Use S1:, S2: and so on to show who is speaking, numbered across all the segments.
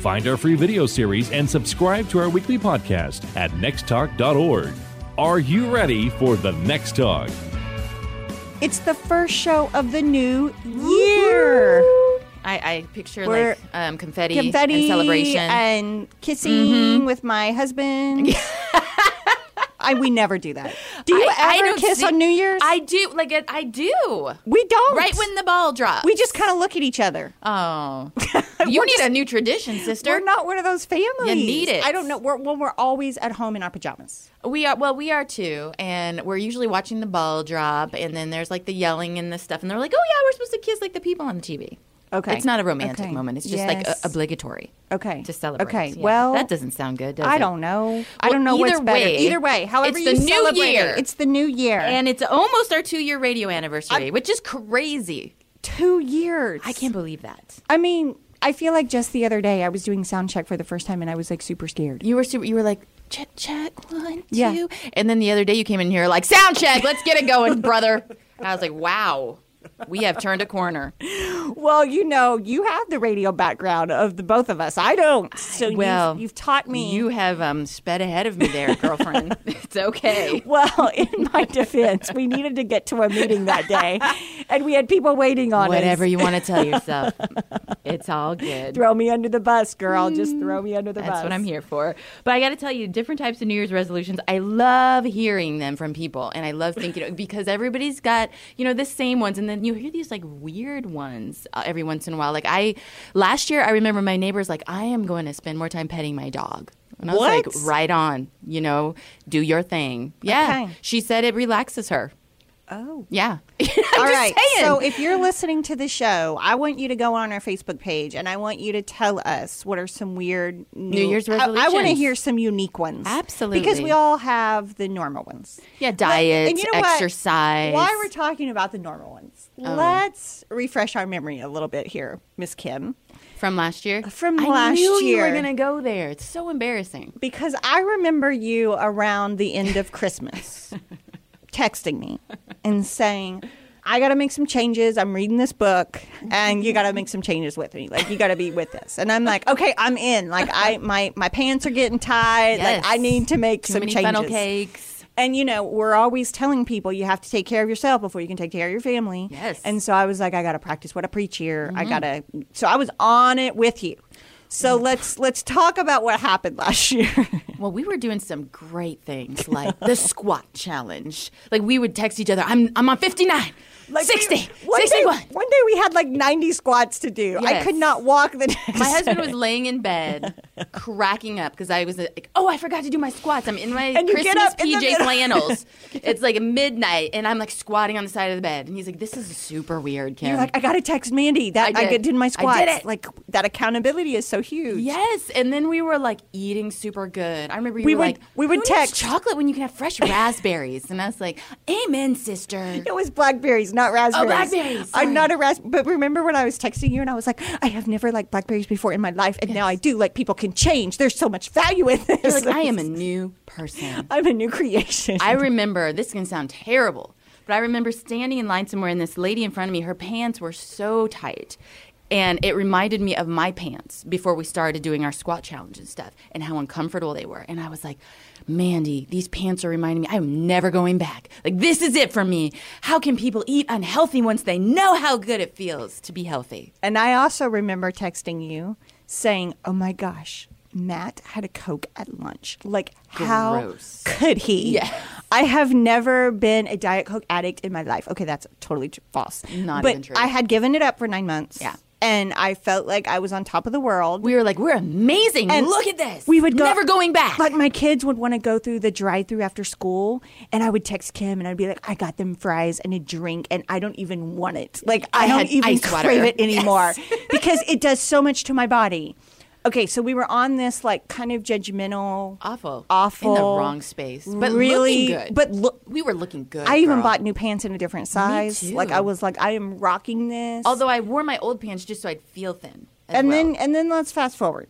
S1: Find our free video series and subscribe to our weekly podcast at nexttalk.org. Are you ready for the Next Talk?
S2: It's the first show of the new year.
S3: I, I picture
S2: We're-
S3: like um, confetti,
S2: Confetti
S3: and celebration. Mm-hmm.
S2: and kissing with my husband. I, we never do that. Do you ever
S3: don't
S2: kiss
S3: see-
S2: on New Year's?
S3: I do. Like it- I do.
S2: we don't.
S3: Right when the ball drops.
S2: we just kind of look at each other.
S3: Oh, you need a new tradition, sister.
S2: We're not one of those families.
S3: need it.
S2: I don't know. We're, well, we're always at home in our pajamas.
S3: We are. Well, we are too, and we're usually watching the ball drop, and then there's like the yelling and the stuff, and they're like, "Oh yeah, we're supposed to kiss like the people on the TV."
S2: Okay.
S3: It's not a romantic
S2: Okay.
S3: moment. It's just like
S2: Yes.
S3: a- obligatory.
S2: Okay.
S3: To celebrate.
S2: Okay.
S3: Yeah.
S2: Well,
S3: that doesn't sound good. Does
S2: I
S3: it?
S2: don't know. I
S3: Well,
S2: don't know what's
S3: either
S2: better.
S3: way,
S2: either way,
S3: it's
S2: however
S3: the
S2: you
S3: new
S2: celebrate it,
S3: year.
S2: it's the new year.
S3: And it's almost our two-year radio anniversary, which is crazy.
S2: two years.
S3: I can't believe that.
S2: I mean, I feel like just the other day I was doing sound check for the first time and I was like super scared.
S3: You were super, you were like check check one two,
S2: Yeah.
S3: and then the other day you came in here like sound check. Let's get it going, brother. And I was like, wow, we have turned a corner.
S2: Well, you know, you have the radio background of the both of us. I don't. So
S3: well,
S2: you've, you've taught me.
S3: You have um, sped ahead of me there, girlfriend. it's okay.
S2: well, in my defense, we needed to get to a meeting that day, and we had people waiting on
S3: Whatever
S2: us.
S3: you want to tell yourself, it's all good.
S2: Throw me under the bus, girl. Just throw me under the bus.
S3: That's what I'm here for. But I got to tell you, different types of New Year's resolutions. I love hearing them from people, and I love thinking because everybody's got you know the same ones, and then you hear these like weird ones uh, every once in a while. Like I last year, I remember my neighbors like I am going to spend more time petting my dog. And I was
S2: What?
S3: like, right on, you know, do your thing. Yeah.
S2: Okay.
S3: She said it relaxes her. Oh. Yeah.
S2: All
S3: just
S2: right.
S3: saying.
S2: So if you're listening to the show, I want you to go on our Facebook page and I want you to tell us what are some weird new,
S3: Year's
S2: I- I, want to
S3: resolutions.
S2: hear some unique ones. Because we
S3: Absolutely.
S2: all have the normal ones.
S3: yeah,
S2: But-
S3: diet,
S2: and you know what?
S3: exercise. Oh.
S2: While we're talking about the normal ones, let's refresh our memory a little bit here, Miss Kim.
S3: From last year?
S2: From
S3: I
S2: last
S3: knew you were
S2: year.
S3: going to go there. It's so embarrassing.
S2: Because I remember you around the end of Christmas texting me and saying, I got to make some changes. I'm reading this book and you got to make some changes with me. Like you got to be with this. And I'm like, okay, I'm in. Like I my my pants are getting tight.
S3: Yes.
S2: Like I need to make
S3: Too
S2: some
S3: many
S2: changes.
S3: funnel cakes.
S2: And you know, we're always telling people you have to take care of yourself before you can take care of your family.
S3: Yes. Mm-hmm.
S2: And so I was like, I gotta practice what I preach here. I gotta. So I was on it with you. So
S3: Mm.
S2: let's let's talk about what happened last year.
S3: Well, we were doing some great things like the squat challenge. Like we would text each other, I'm I'm on 59,
S2: Like,
S3: 60,
S2: we- one
S3: 61.
S2: Day, one day we had like 90 squats to do. I
S3: Yes.
S2: could not walk the next.
S3: My husband was laying in bed, cracking up because I was like, "Oh, I forgot to do my squats. I'm in my
S2: And you get
S3: Christmas
S2: up in the
S3: PJ
S2: middle.
S3: flannels. it's like midnight, and I'm like squatting on the side of the bed." And he's like, "This is super weird, Kim."
S2: You're like, I gotta text Mandy that
S3: I
S2: I,
S3: did.
S2: did my
S3: I
S2: squats.
S3: did it.
S2: Like that accountability is so huge.
S3: Yes, and then we were like eating super good. I remember you
S2: We
S3: were
S2: would-
S3: like,
S2: we would
S3: "Who needs
S2: text."
S3: chocolate when you can have fresh raspberries," and I was like, "Amen, sister."
S2: It was blackberries, not raspberries.
S3: Oh, blackberries. Sorry.
S2: I'm not a ras. But remember when I was texting you and I was like, I have never liked blackberries before in my life, and now I do. Like people can change. There's so much value in this.
S3: You're like, "I am a new person."
S2: I'm a new creation.
S3: I remember this is gonna sound terrible, but I remember standing in line somewhere, and this lady in front of me, her pants were so tight. And it reminded me of my pants before we started doing our squat challenge and stuff and how uncomfortable they were. And I was like, Mandy, these pants are reminding me I'm never going back. Like, this is it for me. How can people eat unhealthy once they know how good it feels to be healthy?
S2: and I also remember texting you saying, "Oh my gosh." Matt had a Coke at lunch. Like, how
S3: Gross.
S2: could he?
S3: Yes.
S2: I have never been a Diet Coke addict in my life. Okay, that's totally tr- false.
S3: Not
S2: but
S3: even true.
S2: I had given it up for nine months.
S3: Yeah.
S2: And I felt like I was on top of the world.
S3: We were like, we're amazing.
S2: And
S3: Look at this.
S2: We would go
S3: never going back.
S2: Like my kids would want to go through the drive-through after school, and I would text Kim, and I'd be like, "I got them fries and a drink, and I don't even want it. Like I,
S3: I
S2: don't
S3: had
S2: even
S3: ice water.
S2: crave it anymore
S3: Yes.
S2: because it does so much to my body." Okay, so we were on this like kind of judgmental.
S3: Awful.
S2: Awful.
S3: In the wrong space. But
S2: really,
S3: looking good.
S2: but look,
S3: we were looking good.
S2: I even
S3: girl.
S2: bought new pants in a different size. Like
S3: too.
S2: I was like, I am rocking this.
S3: Although I wore my old pants just so I'd feel thin. as
S2: and
S3: well.
S2: then and then let's fast forward.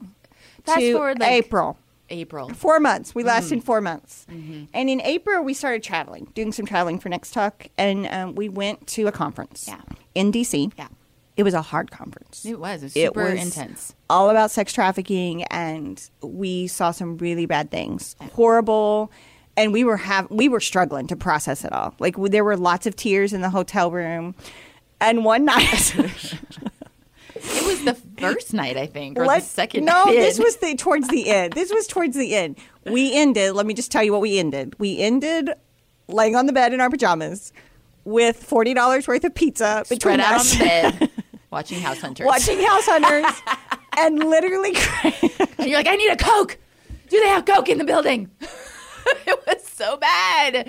S3: Fast
S2: to
S3: forward, like-
S2: April.
S3: April. Mm-hmm.
S2: Four months. We lasted four months. And in April, we started traveling, doing some traveling for Next Talk, and um, we went to a conference.
S3: Yeah.
S2: In DC.
S3: Yeah.
S2: It was a hard conference.
S3: It was. It was
S2: It
S3: super
S2: was
S3: intense.
S2: All about sex trafficking, and we saw some really bad things. Horrible. And we were have we were struggling to process it all. Like there were lots of tears in the hotel room, and one night
S3: It was the first night, I think, or
S2: Let-
S3: the second
S2: No,
S3: night.
S2: this was the towards the end. This was towards the end. We ended. Let me just tell you what we ended. We ended laying on the bed in our pajamas with forty dollars worth of pizza between
S3: spread out on
S2: us,
S3: the bed, watching House Hunters.
S2: watching House Hunters, and literally.
S3: And you're like, I need a Coke. Do they have Coke in the building? it was so bad.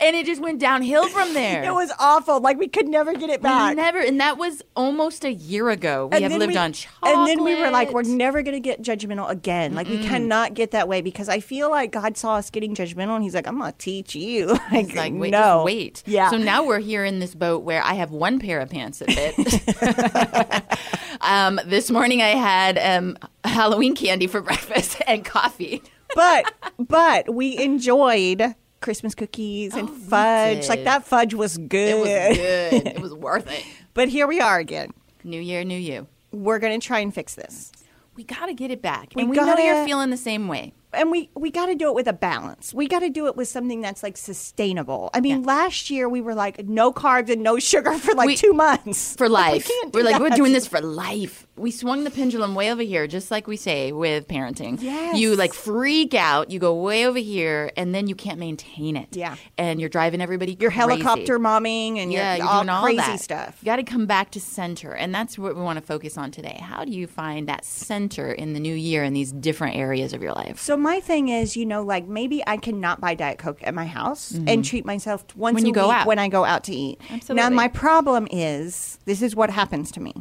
S3: And it just went downhill from there.
S2: It was awful. Like we could never get it
S3: We
S2: back.
S3: never, and that was almost a year ago. We have
S2: then
S3: lived
S2: we-
S3: on chocolate.
S2: And then we were like, we're never going to get judgmental again. Like, we cannot get that way because I feel like God saw us getting judgmental and he's like, I'm going to teach you. Like,
S3: It's like, wait,
S2: no.
S3: just wait.
S2: Yeah.
S3: So now we're here in this boat where I have one pair of pants that fit. um, this morning I had um, Halloween candy for breakfast and coffee.
S2: but but we enjoyed Christmas cookies and fudge. Like
S3: Oh, did.
S2: that fudge was good.
S3: It was good. it was worth it.
S2: But here we are again.
S3: New year, new you.
S2: We're gonna try and fix this,
S3: We got to get it back.
S2: We
S3: and we know
S2: gotta-
S3: you're feeling the same way.
S2: and we we got to do it with a balance. We got to do it with something that's like sustainable. I mean, last year we were like no carbs and no sugar for like
S3: We-
S2: two months.
S3: for life.
S2: can't do
S3: We are like,
S2: that.
S3: we're doing this for life. We swung the pendulum way over here, just like we say with parenting.
S2: Yes.
S3: You like freak out, you go way over here, and then you can't maintain it.
S2: Yeah.
S3: And you're driving everybody
S2: Your
S3: crazy.
S2: helicopter momming and
S3: Yeah,
S2: your
S3: you're
S2: all
S3: doing all
S2: crazy
S3: that.
S2: stuff.
S3: You got to come back to center, and that's what we want to focus on today. How do you find that center in the new year in these different areas of your life?
S2: So my thing is, you know, like maybe I cannot buy Diet Coke at my house and treat myself t- once
S3: Mm-hmm. When
S2: a
S3: you go
S2: week
S3: out.
S2: when I go out to eat. Now
S3: Absolutely.
S2: my problem is, this is what happens to me.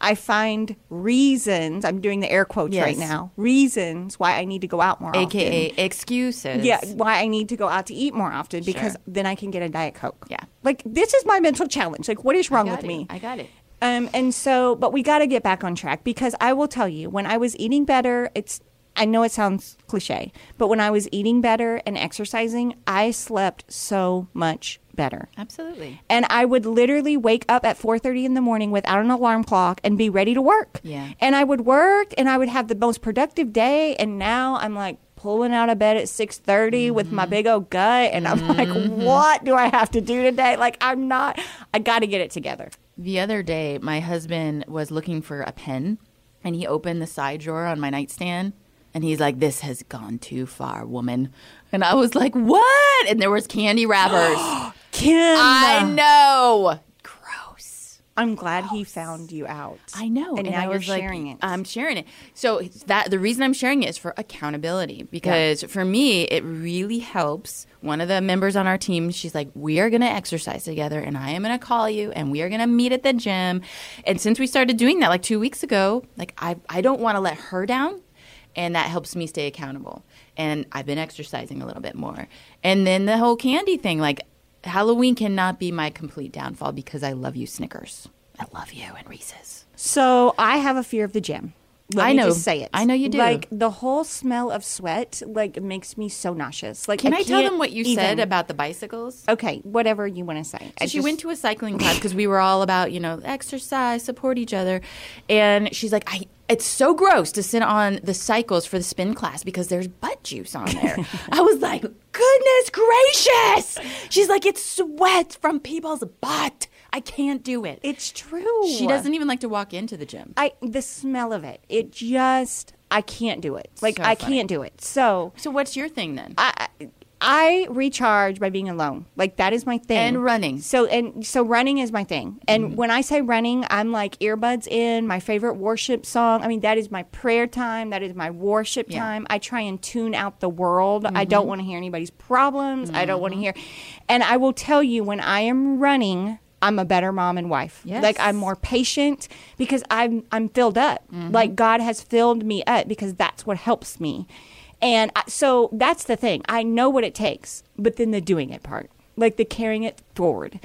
S2: I find reasons. I'm doing the air quotes
S3: Yes.
S2: right now. Reasons why I need to go out more often.
S3: AKA excuses.
S2: Yeah, why I need to go out to eat more often because
S3: Sure.
S2: then I can get a Diet Coke.
S3: Yeah.
S2: Like this is my mental challenge. Like what is wrong
S3: Got
S2: with
S3: it.
S2: me?
S3: I got it.
S2: Um, and so, but we got to get back on track because I will tell you, when I was eating better, it's, I know it sounds cliche, but when I was eating better and exercising, I slept so much better.
S3: Absolutely.
S2: And I would literally wake up at 4:30 in the morning without an alarm clock and be ready to work.
S3: Yeah.
S2: And I would work and I would have the most productive day and now I'm like pulling out of bed at 6:30 with my big old gut and I'm like what do I have to do today? Like I'm not I got to get it together.
S3: The other day, my husband was looking for a pen and he opened the side drawer on my nightstand and he's like, This has gone too far, woman. And I was like, What? And there was candy wrappers.
S2: Kim
S3: I know. Gross.
S2: I'm glad he found you out.
S3: I know.
S2: And, now
S3: I
S2: you're
S3: was like, um,
S2: sharing it.
S3: I'm sharing it. So that the reason I'm sharing it is for accountability because for me it really helps. One of the members on our team, she's like, "We are going to exercise together and I am going to call you and we are going to meet at the gym." And since we started doing that like 2 weeks ago, like I I don't want to let her down and that helps me stay accountable. And I've been exercising a little bit more. And then the whole candy thing like Halloween cannot be my complete downfall because I love you Snickers. I love you and Reese's.
S2: so I have a fear of the gym. Let
S3: I
S2: me
S3: know.
S2: just say it.
S3: I know you do.
S2: Like the whole smell of sweat, like makes me so nauseous. Like,
S3: Can
S2: I,
S3: I, tell
S2: can't
S3: them what you
S2: even-
S3: said about the bicycles?
S2: Okay, whatever you want to say. I
S3: So she
S2: just-
S3: went to a cycling class because we were all about you know exercise, support each other, and she's like, I. It's so gross to sit on the cycles for the spin class because there's butt juice on there. I was like, goodness gracious! She's like, it's sweat from people's butt. I can't do it.
S2: It's true.
S3: she doesn't e even like to walk into the gym.
S2: I the smell of it. It just I can't do it. Like
S3: So
S2: I
S3: funny.
S2: can't do it. So
S3: So what's your thing then?
S2: I I recharge by being alone. Like that is my thing.
S3: And running. Mm-hmm.
S2: So and so running is my thing. And when I say running, I'm like earbuds in, my favorite worship song. I mean, that is my prayer time, that is my worship
S3: Yeah. Mm-hmm.
S2: time. I try and tune out the world. I don't want to hear anybody's problems. I don't want to hear and I will tell you when I am running, I'm a better mom and wife.
S3: Yes.
S2: Like I'm more patient because I'm I'm filled up. Like God has filled me up because that's what helps me. And I, so that's the thing. I know what it takes, but then the doing it part, like the carrying it forward.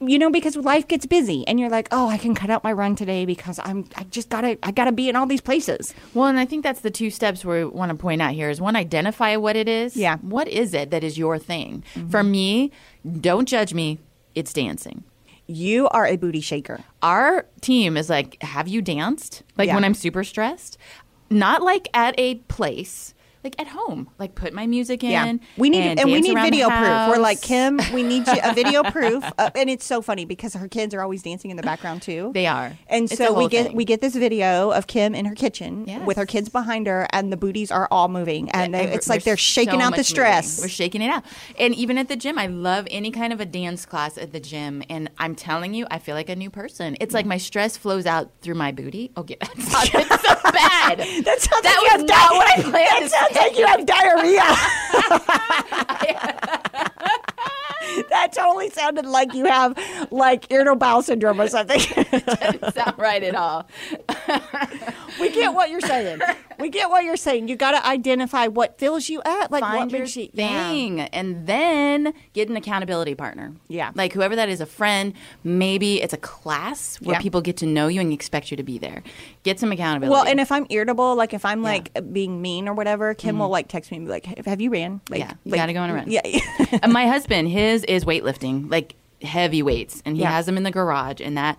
S2: You know, because life gets busy, and you're like, "Oh, I can cut out my run today because I'm I just gotta I gotta be in all these places."
S3: Well, and I think that's the two steps we want to point out here is one, identify what it is.
S2: Yeah. Mm-hmm.
S3: What is it that is your thing? For me, don't judge me, it's dancing.
S2: You are a booty shaker.
S3: Our team is like, have you danced? Like
S2: Yeah.
S3: when I'm super stressed? Not like at a place, like at home. Like put my music in.
S2: we need and, we
S3: dance
S2: need
S3: around the
S2: video proof. We're like
S3: house.
S2: Kim. We need you, a video proof, uh, and it's so funny because her kids are always dancing in the background too.
S3: They are.
S2: and
S3: It's
S2: so
S3: a
S2: we
S3: whole
S2: get
S3: thing.
S2: we get this video of Kim in her kitchen
S3: Yes.
S2: with her kids behind her, and the booties are all moving, and they,
S3: Ever-
S2: it's like
S3: there's
S2: they're shaking
S3: so
S2: out the
S3: much
S2: stress.
S3: moving. We're shaking it out. And even at the gym, I love any kind of a dance class at the gym. And I'm telling you, I feel like a new person. It's like my stress flows out through my booty. Oh, Okay, that sounds it's so bad.
S2: That sounds
S3: That
S2: like you
S3: was
S2: have
S3: not
S2: di-
S3: what I
S2: That
S3: planned to
S2: sounds like you have diarrhea. that totally sounded like you have like irritable bowel syndrome or something.
S3: It's not right at all.
S2: we get what you're saying. We get what you're saying. You got to identify what fills you up, like
S3: Find
S2: what
S3: your
S2: makes you Yeah.
S3: thing, and then get an accountability partner.
S2: Yeah.
S3: like whoever that is, a friend. Maybe it's a class where
S2: Yeah.
S3: people get to know you and expect you to be there. Get some accountability.
S2: Well, and if I'm irritable, like if I'm like being mean or whatever, Kim will like text me and be like, "Have you ran? Like,
S3: Mm-hmm. Yeah, you
S2: like,
S3: gotta go on a run.
S2: Yeah,
S3: And my husband, his is weightlifting, like heavy weights, and he
S2: Yeah.
S3: has them in the garage. And that,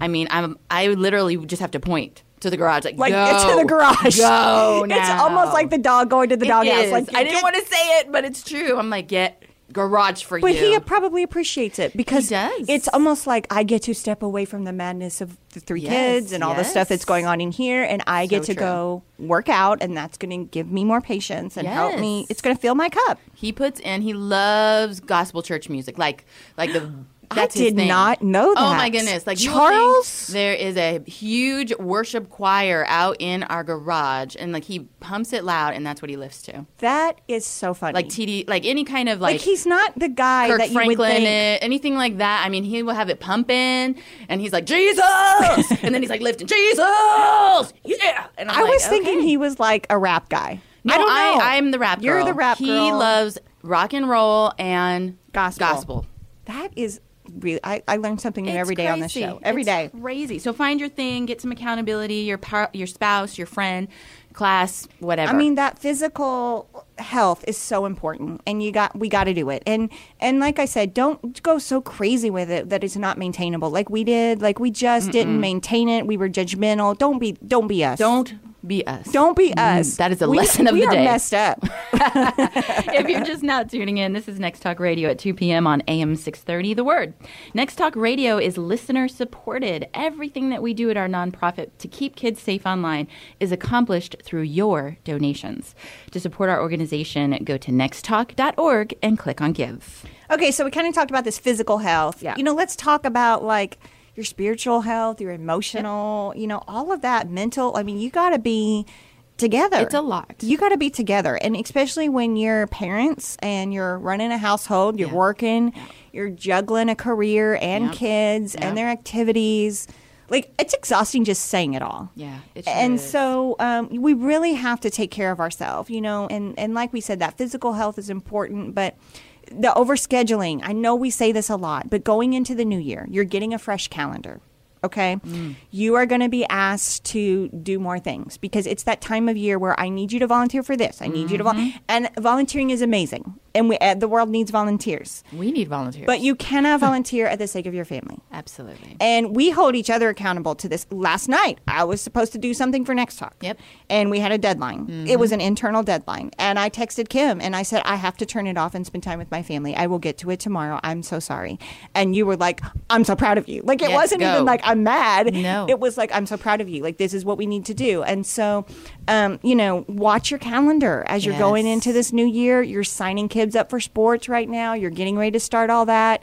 S3: I mean, I'm I literally would just have to point to the garage, like,
S2: like
S3: go,
S2: get to the garage.
S3: go
S2: It's almost like the dog going to the dog house. Like
S3: I didn't
S2: get-
S3: want to say it, but it's true. I'm like, get garage for
S2: But
S3: you.
S2: he probably appreciates it because
S3: does.
S2: it's almost like I get to step away from the madness of the three
S3: Yes,
S2: kids and all the stuff that's
S3: yes.
S2: going on in here, and I get
S3: So
S2: to
S3: true.
S2: go work out, and that's going to give me more patience and help me.
S3: Yes.
S2: It's going to fill my cup.
S3: he puts in. He loves gospel church music, like like the. That's his
S2: did
S3: thing.
S2: not know
S3: Oh
S2: that.
S3: my goodness! Like you would
S2: Charles?
S3: think there is a huge worship choir out in our garage, and like he pumps it loud, and that's what he lifts to.
S2: That is so funny.
S3: like TD, like any kind of
S2: like,
S3: like,
S2: he's not the guy
S3: Kirk
S2: that you would
S3: Franklin,
S2: think.
S3: eh, anything like that. I mean, he will have it pumping, and he's like Jesus, and then he's like lifting Jesus, yeah. And I'm
S2: I
S3: like,
S2: was thinking
S3: okay.
S2: he was like a rap guy.
S3: No,
S2: I don't know.
S3: I, am the rap.
S2: You're
S3: girl.
S2: the rap
S3: He
S2: girl.
S3: loves rock and roll and
S2: Gospel.
S3: Gospel.
S2: That is really. I, I learn something new
S3: It's
S2: every day on this
S3: crazy.
S2: show. Every
S3: It's
S2: day.
S3: crazy. So find your thing, get some accountability. Your par- your spouse, your friend, class, whatever.
S2: I mean that physical health is so important and you got we got to do it. And and like I said, don't go so crazy with it that it's not maintainable. Like we did, like we just didn't maintain it. We were judgmental. Don't be don't be us.
S3: don't be us.
S2: don't be us.
S3: that is the
S2: We-
S3: lesson of
S2: we
S3: the
S2: are
S3: day.
S2: messed up.
S3: if you're just now tuning in, this is Next Talk Radio at 2 p.m. on AM 630, The Word. Next Talk Radio is listener supported. Everything that we do at our nonprofit to keep kids safe online is accomplished through your donations. To support our organization, go to nexttalk.org and click on Give.
S2: Okay, so we kind of talked about this physical health.
S3: Yeah.
S2: You know, let's talk about like your spiritual health, your emotional, you know, all of that mental. I mean, you got to be together.
S3: It's a lot.
S2: You got to be together. And especially when you're parents and you're running a household, you're
S3: Yeah.
S2: working, you're juggling a career and
S3: Yep.
S2: kids
S3: Yep.
S2: and their activities. Like, it's exhausting just saying it all
S3: Yeah, it sure
S2: and
S3: is.
S2: so um, we really have to take care of ourselves, you know. And and like we said, that physical health is important, but the overscheduling. I know we say this a lot, but going into the new year, you're getting a fresh calendar. Okay,
S3: Mm.
S2: you are going to be asked to do more things because it's that time of year where I need you to volunteer for this. I need you to
S3: Mm-hmm.
S2: volunteer, and volunteering is amazing, and we uh, the world needs volunteers.
S3: We need volunteers.
S2: But you cannot volunteer at the sake of your family.
S3: Absolutely.
S2: And we hold each other accountable to this. Last night, I was supposed to do something for Next Talk.
S3: Yep.
S2: And we had a deadline. It was an internal deadline. And I texted Kim and I said, I have to turn it off and spend time with my family. I will get to it tomorrow. I'm so sorry. And you were like, I'm so proud of you. Like, it
S3: Yes,
S2: wasn't
S3: go.
S2: even like, I'm mad.
S3: No.
S2: It was like, I'm so proud of you. Like, this is what we need to do. And so, um, you know, watch your calendar as you're
S3: Yes.
S2: going into this new year. You're signing kids up for sports right now. You're getting ready to start all that.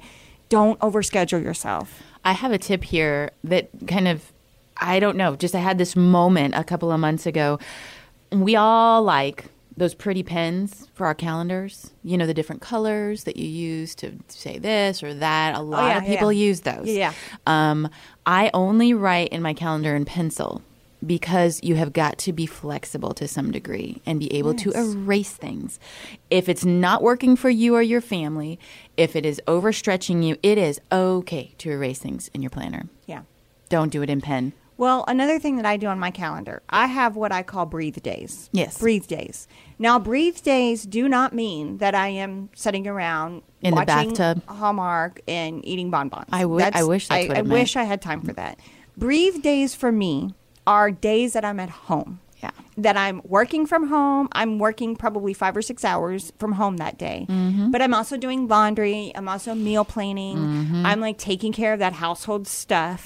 S2: Don't overschedule yourself.
S3: I have a tip here that kind of, I don't know, just I had this moment a couple of months ago. We all like those pretty pens for our calendars. You know, the different colors that you use to say this or that. A lot
S2: Oh, yeah,
S3: of people
S2: yeah.
S3: use those.
S2: Yeah.
S3: Um, I only write in my calendar in pencil because you have got to be flexible to some degree and be able to erase things. If it's not working for you or your family, if it is overstretching you, it is okay to erase things in your planner.
S2: Yeah.
S3: Don't do it in pen.
S2: Well, another thing that I do on my calendar, I have what I call breathe days.
S3: Yes.
S2: Breathe days. Now, breathe days do not mean that I am sitting around
S3: In the
S2: watching
S3: bathtub.
S2: Hallmark and eating bonbons.
S3: I would- I wish that's
S2: I,
S3: what it
S2: I
S3: meant.
S2: wish I had time for that. Breathe days for me are days that I'm at home.
S3: Yeah.
S2: That I'm working from home. I'm working probably five or six hours from home that day.
S3: Mm-hmm.
S2: But I'm also doing laundry. I'm also meal planning.
S3: Mm-hmm.
S2: I'm like taking care of that household stuff.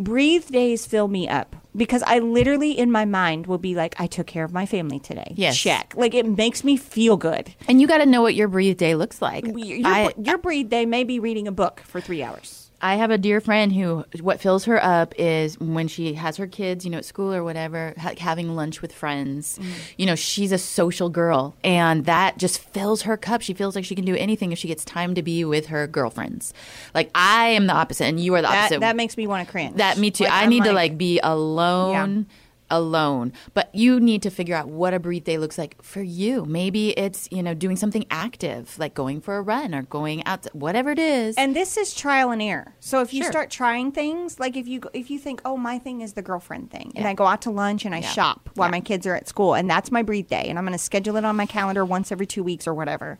S2: Breathe days fill me up because I literally in my mind will be like, I took care of my family today.
S3: Yes.
S2: Check. Like it makes me feel good.
S3: And you got to know what your breathe day looks like.
S2: Your, your,
S3: I-
S2: your breathe day may be reading a book for three hours.
S3: I have a dear friend who what fills her up is when she has her kids, you know, at school or whatever, ha- having lunch with friends.
S2: Mm.
S3: You know, she's a social girl, and that just fills her cup. She feels like she can do anything if she gets time to be with her girlfriends. Like I am the opposite, and you are the
S2: That,
S3: opposite.
S2: that makes me want to cringe.
S3: That me too.
S2: Like,
S3: I
S2: I'm
S3: need to like be alone. Alone, but you need to figure out what a breathe day looks like for you. Maybe it's you know doing something active, like going for a run or going out, whatever it is.
S2: and this is trial and error. So if you
S3: Sure.
S2: start trying things, like if you if you think, oh, my thing is the girlfriend thing, and I go out to lunch and I shop while my kids are at school, and that's my breathe day, and I'm going to schedule it on my calendar once every two weeks or whatever,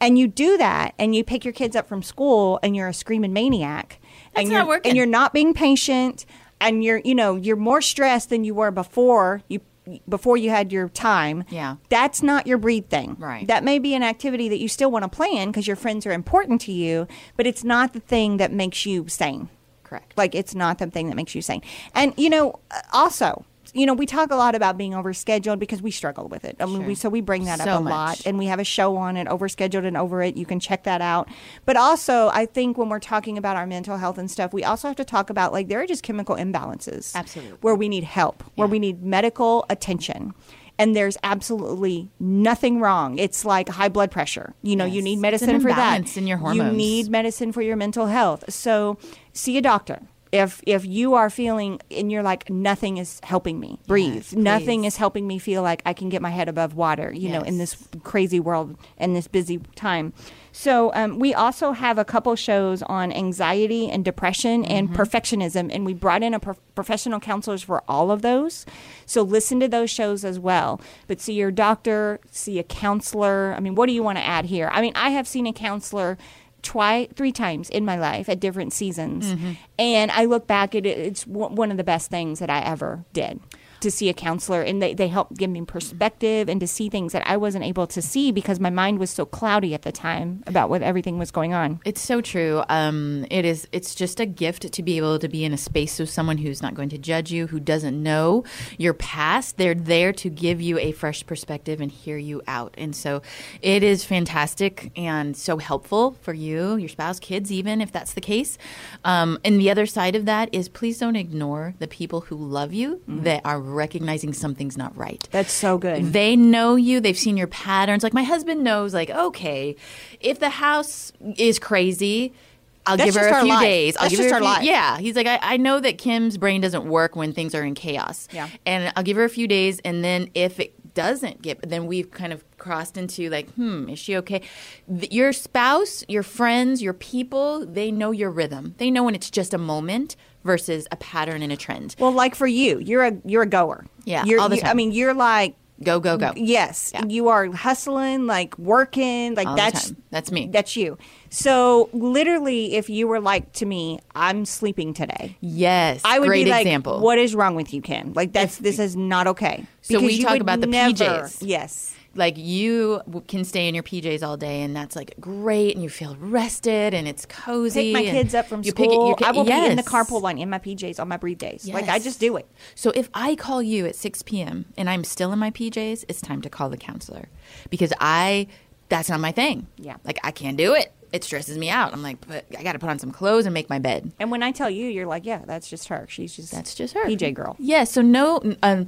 S2: and you do that, and you pick your kids up from school, and you're a screaming maniac, and
S3: not
S2: you're
S3: working.
S2: and you're not being patient, and you're you know you're more stressed than you were before you before you had your time.
S3: Yeah.
S2: that's not your breathe thing.
S3: Right.
S2: That may be an activity that you still want to plan because your friends are important to you, but it's not the thing that makes you sane.
S3: Correct.
S2: Like it's not the thing that makes you sane. And you know, uh, also, you know, we talk a lot about being overscheduled because we struggle with it. I mean, we, so we bring that
S3: So
S2: up a
S3: much.
S2: lot, and we have a show on it, overscheduled and over it. You can check that out. But also, I think when we're talking about our mental health and stuff, we also have to talk about like there are just chemical imbalances,
S3: Absolutely.
S2: where we need help, where we need medical attention. And there's absolutely nothing wrong. It's like high blood pressure. You know, you
S3: Yes.
S2: need
S3: It's an
S2: medicine for that.
S3: imbalance in your
S2: You
S3: hormones.
S2: need medicine for your mental health. So see a doctor. If if you are feeling and you're like nothing is helping me breathe, nothing is helping me feel like I can get my head above water, you know, in
S3: Yes.
S2: this crazy world in this busy time. So um, we also have a couple shows on anxiety and depression and perfectionism, and we brought in a pro- professional counselors for all of those. So listen to those shows as well. But see your doctor, see a counselor. I mean, what do you want to add here? I mean, I have seen a counselor twice, three times in my life at different seasons, and I look back at it. It's w- one of the best things that I ever did to see a counselor and they, they helped give me perspective and to see things that I wasn't able to see because my mind was so cloudy at the time about what everything was going on.
S3: It's so true. Um, it is. It's just a gift to be able to be in a space with someone who's not going to judge you, who doesn't know your past. They're there to give you a fresh perspective and hear you out. And so, it is fantastic and so helpful for you, your spouse, kids, even if that's the case. Um, and the other side of that is, please don't ignore the people who love you that are recognizing something's not right.
S2: That's so good.
S3: They know you. They've seen your patterns. Like my husband knows. Like okay, if the house is crazy, I'll
S2: That's
S3: give her
S2: just
S3: a
S2: our
S3: few
S2: life.
S3: days. I'll
S2: That's
S3: give her
S2: just
S3: a
S2: our
S3: few-
S2: life.
S3: Yeah, he's like I, I know that Kim's brain doesn't work when things are in chaos.
S2: Yeah.
S3: and I'll give her a few days, and then if it doesn't get, then we've kind of crossed into like, hmm, is she okay? Th- Your spouse, your friends, your people, they know your rhythm. They know when it's just a moment versus a pattern and a trend.
S2: Well, like for you, you're a you're a goer.
S3: Yeah,
S2: you're,
S3: all the
S2: you- I
S3: time.
S2: mean, you're like
S3: Go go go.
S2: yes,
S3: Yeah.
S2: you are hustling, like working, like
S3: All the
S2: that's
S3: time. That's me.
S2: That's you. So literally, if you were like to me, I'm sleeping today.
S3: Yes,
S2: I would
S3: great
S2: be like,
S3: example.
S2: "What is wrong with you, Kim? Like that's this is not okay."
S3: So we
S2: you
S3: talk
S2: would
S3: about the
S2: never-
S3: PJs.
S2: Yes,
S3: like you w- can stay in your PJs all day, and that's like great, and you feel rested, and it's
S2: pick
S3: cozy.
S2: my
S3: and
S2: kids up from
S3: you
S2: school.
S3: pick it- your kid-
S2: I will be in the
S3: yes.
S2: carpool line in my PJs on my breathe days. Like I
S3: Yes.
S2: just do it.
S3: So if I call you at six p.m. and I'm still in my PJs, it's time to call the counselor because I that's not my thing.
S2: Yeah.
S3: like I can't do it. It stresses me out. I'm like, but I got to put on some clothes and make my bed.
S2: And when I tell you, you're like, yeah, that's just her. She's just
S3: That's just her.
S2: PJ girl.
S3: Yeah. So no, um,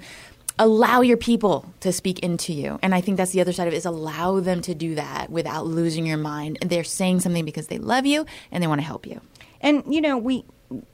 S3: allow your people to speak into you. And I think that's the other side of it is allow them to do that without losing your mind. And they're saying something because they love you and they want to help you.
S2: And you know, we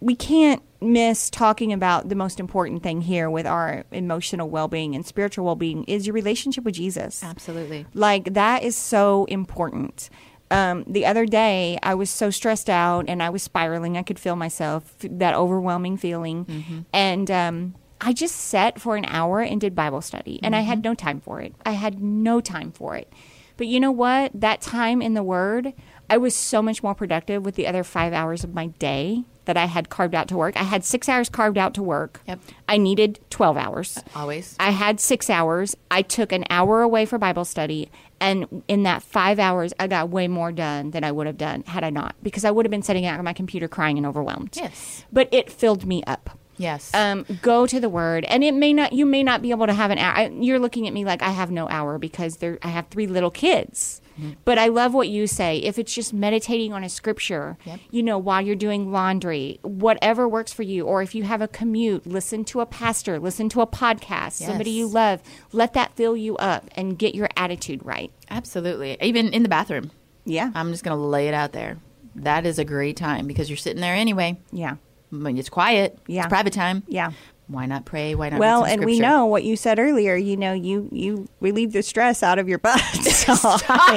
S2: we can't miss talking about the most important thing here with our emotional well-being and spiritual well-being is your relationship with Jesus.
S3: Absolutely.
S2: Like that is so important. Um, the other day, I was so stressed out and I was spiraling. I could feel myself that overwhelming feeling,
S3: Mm-hmm.
S2: and um, I just sat for an hour and did Bible study, and I
S3: Mm-hmm.
S2: had no time for it. I had no time for it. But you know what? That time in the Word, I was so much more productive with the other five hours of my day that I had carved out to work. I had six hours carved out to work.
S3: Yep.
S2: I needed 12 hours.
S3: Always.
S2: I had six hours. I took an hour away for Bible study. And in that five hours, I got way more done than I would have done had I not, because I would have been sitting out on my computer crying and overwhelmed.
S3: Yes.
S2: But it filled me up.
S3: Yes.
S2: Um, go to the word, and it may not. You may not be able to have an hour. I, you're looking at me like I have no hour because there. I have three little kids.
S3: Mm-hmm.
S2: But I love what you say. If it's just meditating on a scripture,
S3: Yep.
S2: you know, while you're doing laundry, whatever works for you, or if you have a commute, listen to a pastor, listen to a podcast, somebody
S3: Yes.
S2: you love. Let that fill you up and get your attitude right.
S3: Absolutely. Even in the bathroom.
S2: Yeah.
S3: I'm just going to lay it out there. That is a great time because you're sitting there anyway.
S2: Yeah.
S3: When it's quiet,
S2: Yeah.
S3: it's private time.
S2: Yeah.
S3: Why not pray? Why not? read
S2: Well,
S3: some
S2: and we
S3: scripture?
S2: know what you said earlier. You know, you you relieve the stress out of your butt. So, I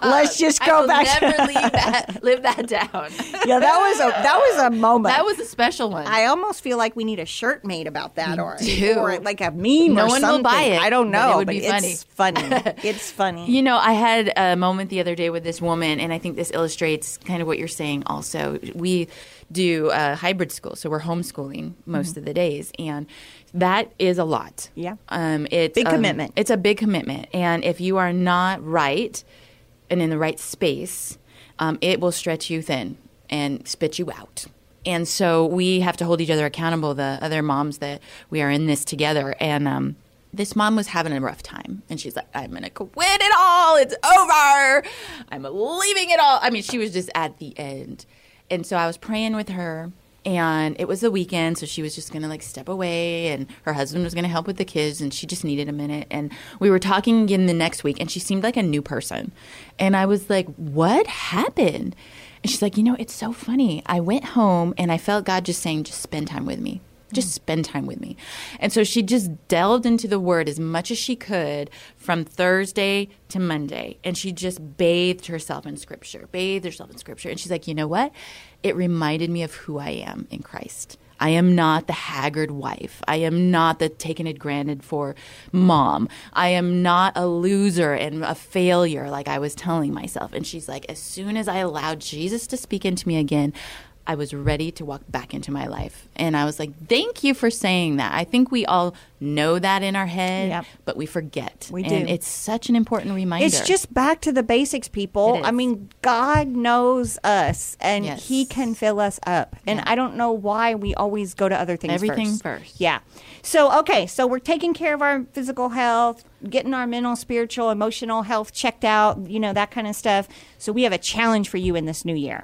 S2: mean, let's just
S3: I
S2: go
S3: will
S2: back.
S3: never leave that, live that down.
S2: yeah, that was a that was a moment.
S3: that was a special one.
S2: I almost feel like we need a shirt made about that, or,
S3: do.
S2: or like a meme.
S3: No
S2: or
S3: one will
S2: something.
S3: buy it,
S2: I don't
S3: but it
S2: know,
S3: would
S2: but
S3: be
S2: it's funny. It's funny.
S3: You know, I had a moment the other day with this woman, and I think this illustrates kind of what you're saying also. We do uh, hybrid school, so we're homeschooling most of the days, and that is a lot.
S2: Yeah.
S3: Um, it's
S2: Big
S3: um,
S2: commitment.
S3: It's a big commitment. And if you are not right and in the right space, um, it will stretch you thin and spit you out. And so we have to hold each other accountable, the other moms that we are in this together. And um, this mom was having a rough time. And she's like, I'm going to quit it all. It's over. I'm leaving it all. I mean, she was just at the end. And so I was praying with her and it was the weekend so she was just gonna like step away and her husband was gonna help with the kids and she just needed a minute and we were talking again the next week and she seemed like a new person and i was like what happened and she's like you know it's so funny i went home and i felt god just saying just spend time with me just spend time with me and so she just delved into the word as much as she could from thursday to monday and she just bathed herself in scripture bathed herself in scripture and she's like you know what it reminded me of who i am in christ i am not the haggard wife i am not the taken it granted for mom i am not a loser and a failure like i was telling myself and she's like as soon as i allowed jesus to speak into me again I was ready to walk back into my life. And I was like, thank you for saying that. I think we all know that in our head,
S2: Yep.
S3: but we forget.
S2: We
S3: And
S2: do.
S3: it's such an important reminder.
S2: It's just back to the basics, people.
S3: It is.
S2: I mean, God knows us, and
S3: Yes.
S2: He can fill us up. And I don't know why we always go to other things.
S3: Everything
S2: first.
S3: first.
S2: Yeah. So okay, so we're taking care of our physical health, getting our mental, spiritual, emotional health checked out. You know that kind of stuff. So we have a challenge for you in this new year.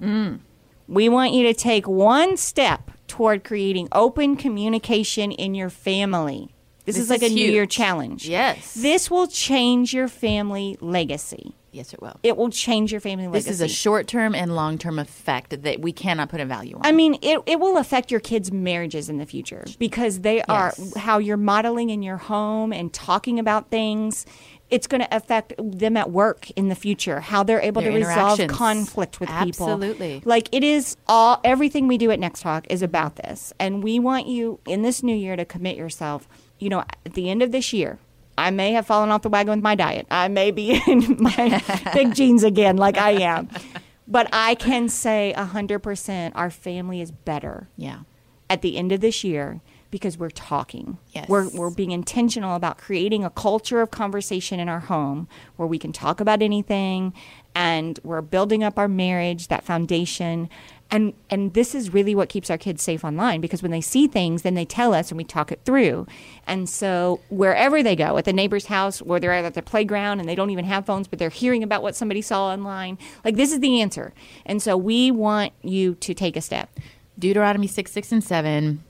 S2: We want you to take one step toward creating open communication in your family. This,
S3: This
S2: is like
S3: is
S2: a new year
S3: huge.
S2: challenge.
S3: Yes.
S2: This will change your family legacy.
S3: yes, it will.
S2: It will change your family
S3: this
S2: legacy.
S3: is a short term and long term effect that we cannot put a value on.
S2: I mean, it, it will affect your kids' marriages in the future because they are
S3: Yes.
S2: how you're modeling in your home and talking about things. It's going to affect them at work in the future, how they're able
S3: Their
S2: to resolve
S3: interactions.
S2: conflict with people.
S3: Absolutely.
S2: Like it is all everything we do at Next Talk is about this. And we want you in this new year to commit yourself, you know, at the end of this year. I may have fallen off the wagon with my diet. I may be in my big jeans again like I am. But I can say 100% our family is better
S3: yeah.
S2: at the end of this year because we're talking.
S3: Yes.
S2: We're, we're being intentional about creating a culture of conversation in our home where we can talk about anything and we're building up our marriage, that foundation. And, and this is really what keeps our kids safe online because when they see things, then they tell us and we talk it through. And so, wherever they go, at the neighbor's house, where they're at the playground and they don't even have phones, but they're hearing about what somebody saw online, like this is the answer. And so, we want you to take a step.
S3: Deuteronomy 6, 6, and 7.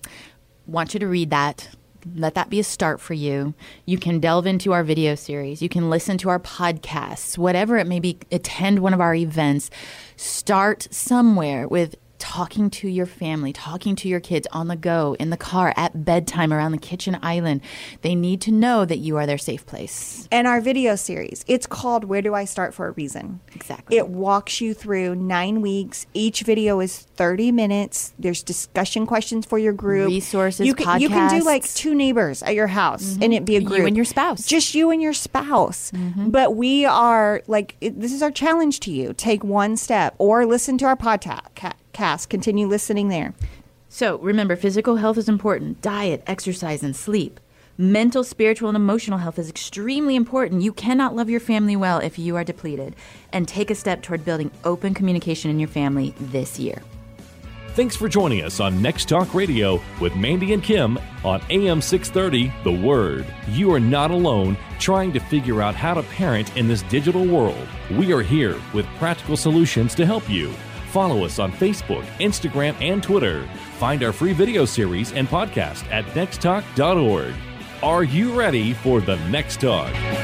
S3: Want you to read that. let that be a start for you. You can delve into our video series. You can listen to our podcasts, whatever it may be, attend one of our events. Start somewhere with talking to your family, talking to your kids on the go, in the car, at bedtime, around the kitchen island. They need to know that you are their safe place.
S2: and our video series. It's called Where Do I Start for a Reason.
S3: Exactly.
S2: It walks you through nine weeks. Each video is 30 minutes. There's discussion questions for your group,
S3: Resources,
S2: You can, you can do like
S3: podcasts.
S2: two neighbors at your house and it be a
S3: Mm-hmm. You
S2: group. Mm-hmm.
S3: and your spouse.
S2: Just you and your spouse. But we are like, it, this is our challenge to you. Take one step or listen to our podcast. Continue listening there.
S3: So remember, physical health is important diet, exercise, and sleep. Mental, spiritual, and emotional health is extremely important. You cannot love your family well if you are depleted. And take a step toward building open communication in your family this year.
S1: Thanks for joining us on Next Talk Radio with Mandy and Kim on AM 630 The Word. You are not alone trying to figure out how to parent in this digital world. We are here with practical solutions to help you. Follow us on Facebook, Instagram, and Twitter. Find our free video series and podcast at nexttalk.org. Are you ready for the next talk?